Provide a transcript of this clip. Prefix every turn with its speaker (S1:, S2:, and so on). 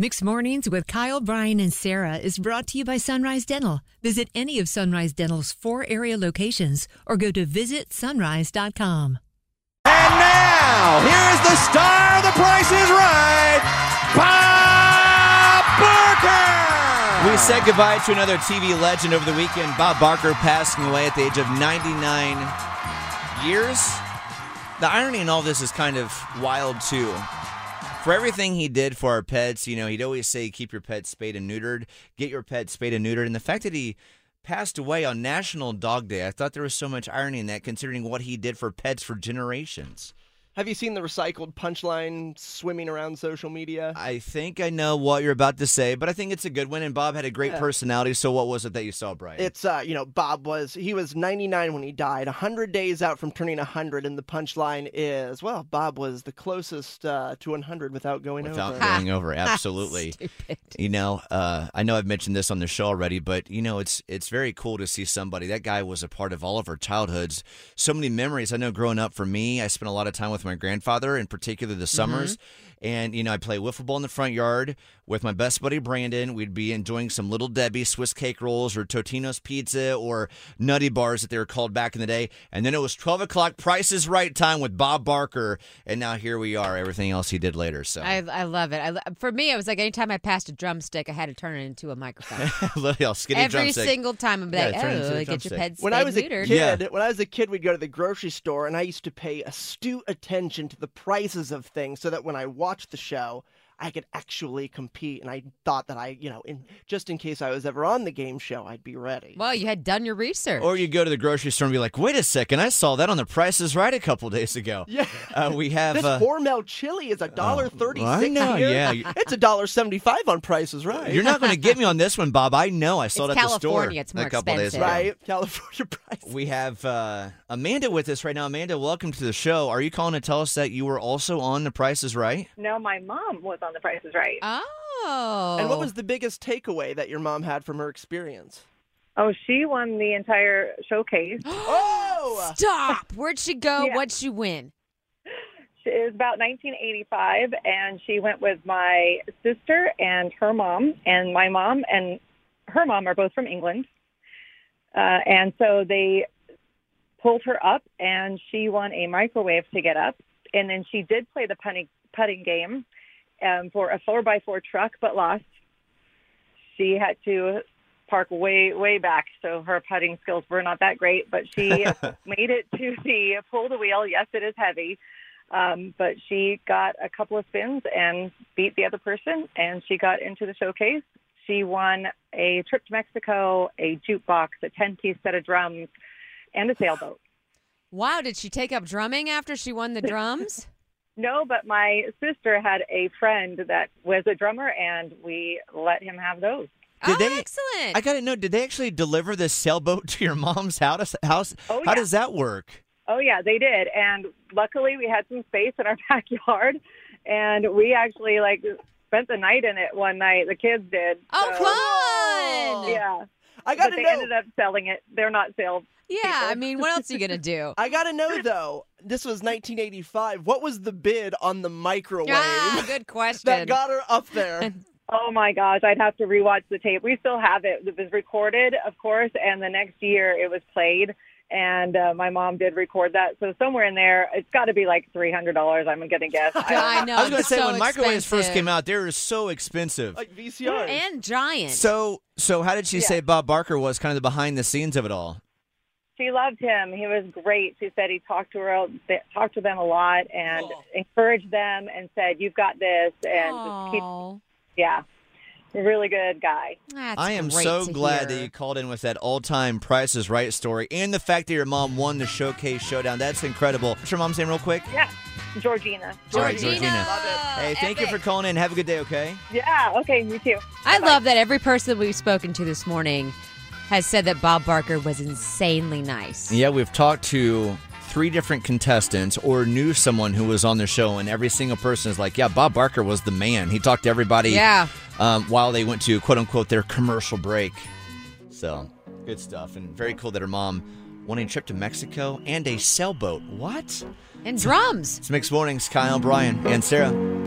S1: Mixed Mornings with Kyle, Brian, and Sarah is brought to you by Sunrise Dental. Visit any of Sunrise Dental's four area locations or go to visitsunrise.com.
S2: And now, here's the star of The Price is Right, Bob Barker!
S3: We said goodbye to another TV legend over the weekend, Bob Barker passing away at the age of 99 years. The irony in all this is kind of wild, too. For everything he did for our pets, you know, he'd always say, keep your pets spayed and neutered, get your pets spayed and neutered. And the fact that he passed away on National Dog Day, I thought there was so much irony in that considering what he did for pets for generations.
S4: Have you seen the recycled punchline swimming around social media?
S3: I think I know what you're about to say, but I think it's a good one. And Bob had a great personality. So what was it that you saw, Brian?
S4: It's uh, you know, Bob was he was 99 when he died, 100 days out from turning 100, and the punchline is, well, Bob was the closest uh, to 100 without going
S3: without
S4: over.
S3: going over. Absolutely. You know, uh, I know I've mentioned this on the show already, but you know, it's it's very cool to see somebody. That guy was a part of all of our childhoods. So many memories. I know growing up for me, I spent a lot of time with my grandfather, in particular
S4: Mm-hmm.
S3: the summers. And you know, I play wiffle ball in the front yard with my best buddy Brandon. We'd be enjoying some Little Debbie Swiss cake rolls or Totino's pizza or Nutty Bars that they were called back in the day. And then it was twelve o'clock, Price is Right time with Bob Barker. And now here we are. Everything else he did later. So
S5: I, I love it. I, lo- for me, it was like anytime I passed a drumstick, I had to turn it into a microphone.
S3: Little skinny
S5: Every
S3: drumstick.
S5: single time, I'm
S3: Yeah,
S5: like,
S3: turn it into
S5: oh,
S3: a
S5: get your
S3: drumstick."
S5: pets
S4: When I was a
S5: neutered.
S3: Yeah.
S4: kid, when I was a kid, we'd go to the grocery store, and I used to pay astute attention to the prices of things, so that when I watched the show, I could actually compete. And I thought that I, you know, in just in case I was ever on the game show, I'd be ready.
S5: Well, you had done your research.
S3: Or you go to the grocery store and be like, wait a second, I saw that on the Price is Right a couple days ago.
S4: Yeah.
S3: Uh, we have.
S4: This
S3: uh,
S4: Hormel chili is a dollar thirty six.
S3: I know,
S4: here.
S3: yeah. You-
S4: it's a dollar seventy five on prices, right?
S3: you're not going to get me on this one, Bob. I know I saw
S5: It's
S3: it at the store
S5: California. It's more
S3: a couple
S5: expensive.
S3: days ago.
S4: right. California prices.
S3: We have uh, Amanda with us right now. Amanda, welcome to the show. Are you calling to tell us that you were also on The Price is Right?
S6: No, my mom was on The Price is Right.
S1: Uh.
S5: oh.
S4: And what was the biggest takeaway that your mom had from her experience?
S6: oh, she won the entire showcase.
S4: Oh,
S5: Stop. Where'd she go?
S6: Yeah.
S5: What'd she win?
S6: She- It was about 1985, and she went with my sister and her mom, and my mom and her mom are both from England. Uh, and so they pulled her up, and she won a microwave to get up. And then she did play the putting, putting game um, for a 4x4 truck, but lost. She had to park way, way back, so her putting skills were not that great, but she made it to the pull the wheel. Yes, it is heavy. Um, but she got a couple of spins and beat the other person, and she got into the showcase. She won a trip to Mexico, a jukebox, a 10 piece set of drums, and a sailboat.
S5: Wow, did she take up drumming after she won the drums?
S6: No, but my sister had a friend that was a drummer, and we let him have those.
S3: Did
S5: oh,
S3: they-
S5: excellent.
S3: I got to know, did they actually deliver this sailboat to your mom's house? house?
S6: Oh,
S3: How
S6: yeah.
S3: does that work?
S6: Oh yeah, they did. And luckily we had some space in our backyard and we actually like spent the night in it one night. The kids did.
S5: oh,
S6: So,
S3: Oh.
S5: fun.
S6: Yeah.
S4: I
S6: But
S4: gotta
S6: they
S4: know.
S6: ended up selling it. They're not sales.
S5: Yeah, I mean, what else are you going to do?
S4: I gotta know though. This was 1985. What was the bid on the microwave
S5: ah, good
S4: that
S5: question.
S4: got her up there?
S6: Oh my gosh, I'd have to rewatch the tape. We still have it. It was recorded, of course, and the next year it was played. And uh, my mom did record that. So somewhere in there, it's got to be like three hundred dollars. I'm gonna guess. I don't
S5: I know.
S3: I was
S5: going to
S3: say, when microwaves first came out, they were so expensive.
S4: like VCR.
S5: And giant.
S3: So, so how did she
S6: Yeah.
S3: say Bob Barker was kind of the behind the scenes of it all?
S6: She loved him. He was great. She said he talked to her, talked to them a lot, and
S4: Aw.
S6: encouraged them, and said, "You've got this." And just keep,
S5: Aw.
S6: yeah, really good guy.
S5: That's
S3: I am
S5: great
S3: so
S5: to
S3: glad that
S5: hear.
S3: you called in with that all-time Price is Right story, and the fact that your mom won the Showcase Showdown. That's incredible. What's your mom's name, real quick?
S6: Yeah, Georgina.
S3: All right,
S5: Georgina.
S3: Georgina.
S4: Love it.
S3: Hey, thank you for
S5: Epic.
S3: calling in. Have a good day, okay?
S6: Yeah. Okay. Me too.
S5: I
S6: Bye-bye.
S5: love that every person we've spoken to this morning has said that Bob Barker was insanely nice.
S3: Yeah, we've talked to three different contestants or knew someone who was on the show, and every single person is like, "Yeah, Bob Barker was the man." He talked to everybody.
S5: Yeah.
S3: Um, while they went to quote unquote their commercial break. So good stuff, and very cool that her mom won a trip to Mexico and a sailboat. What?
S5: And drums.
S3: It's mixed mornings. Kyle, Brian, and Sarah.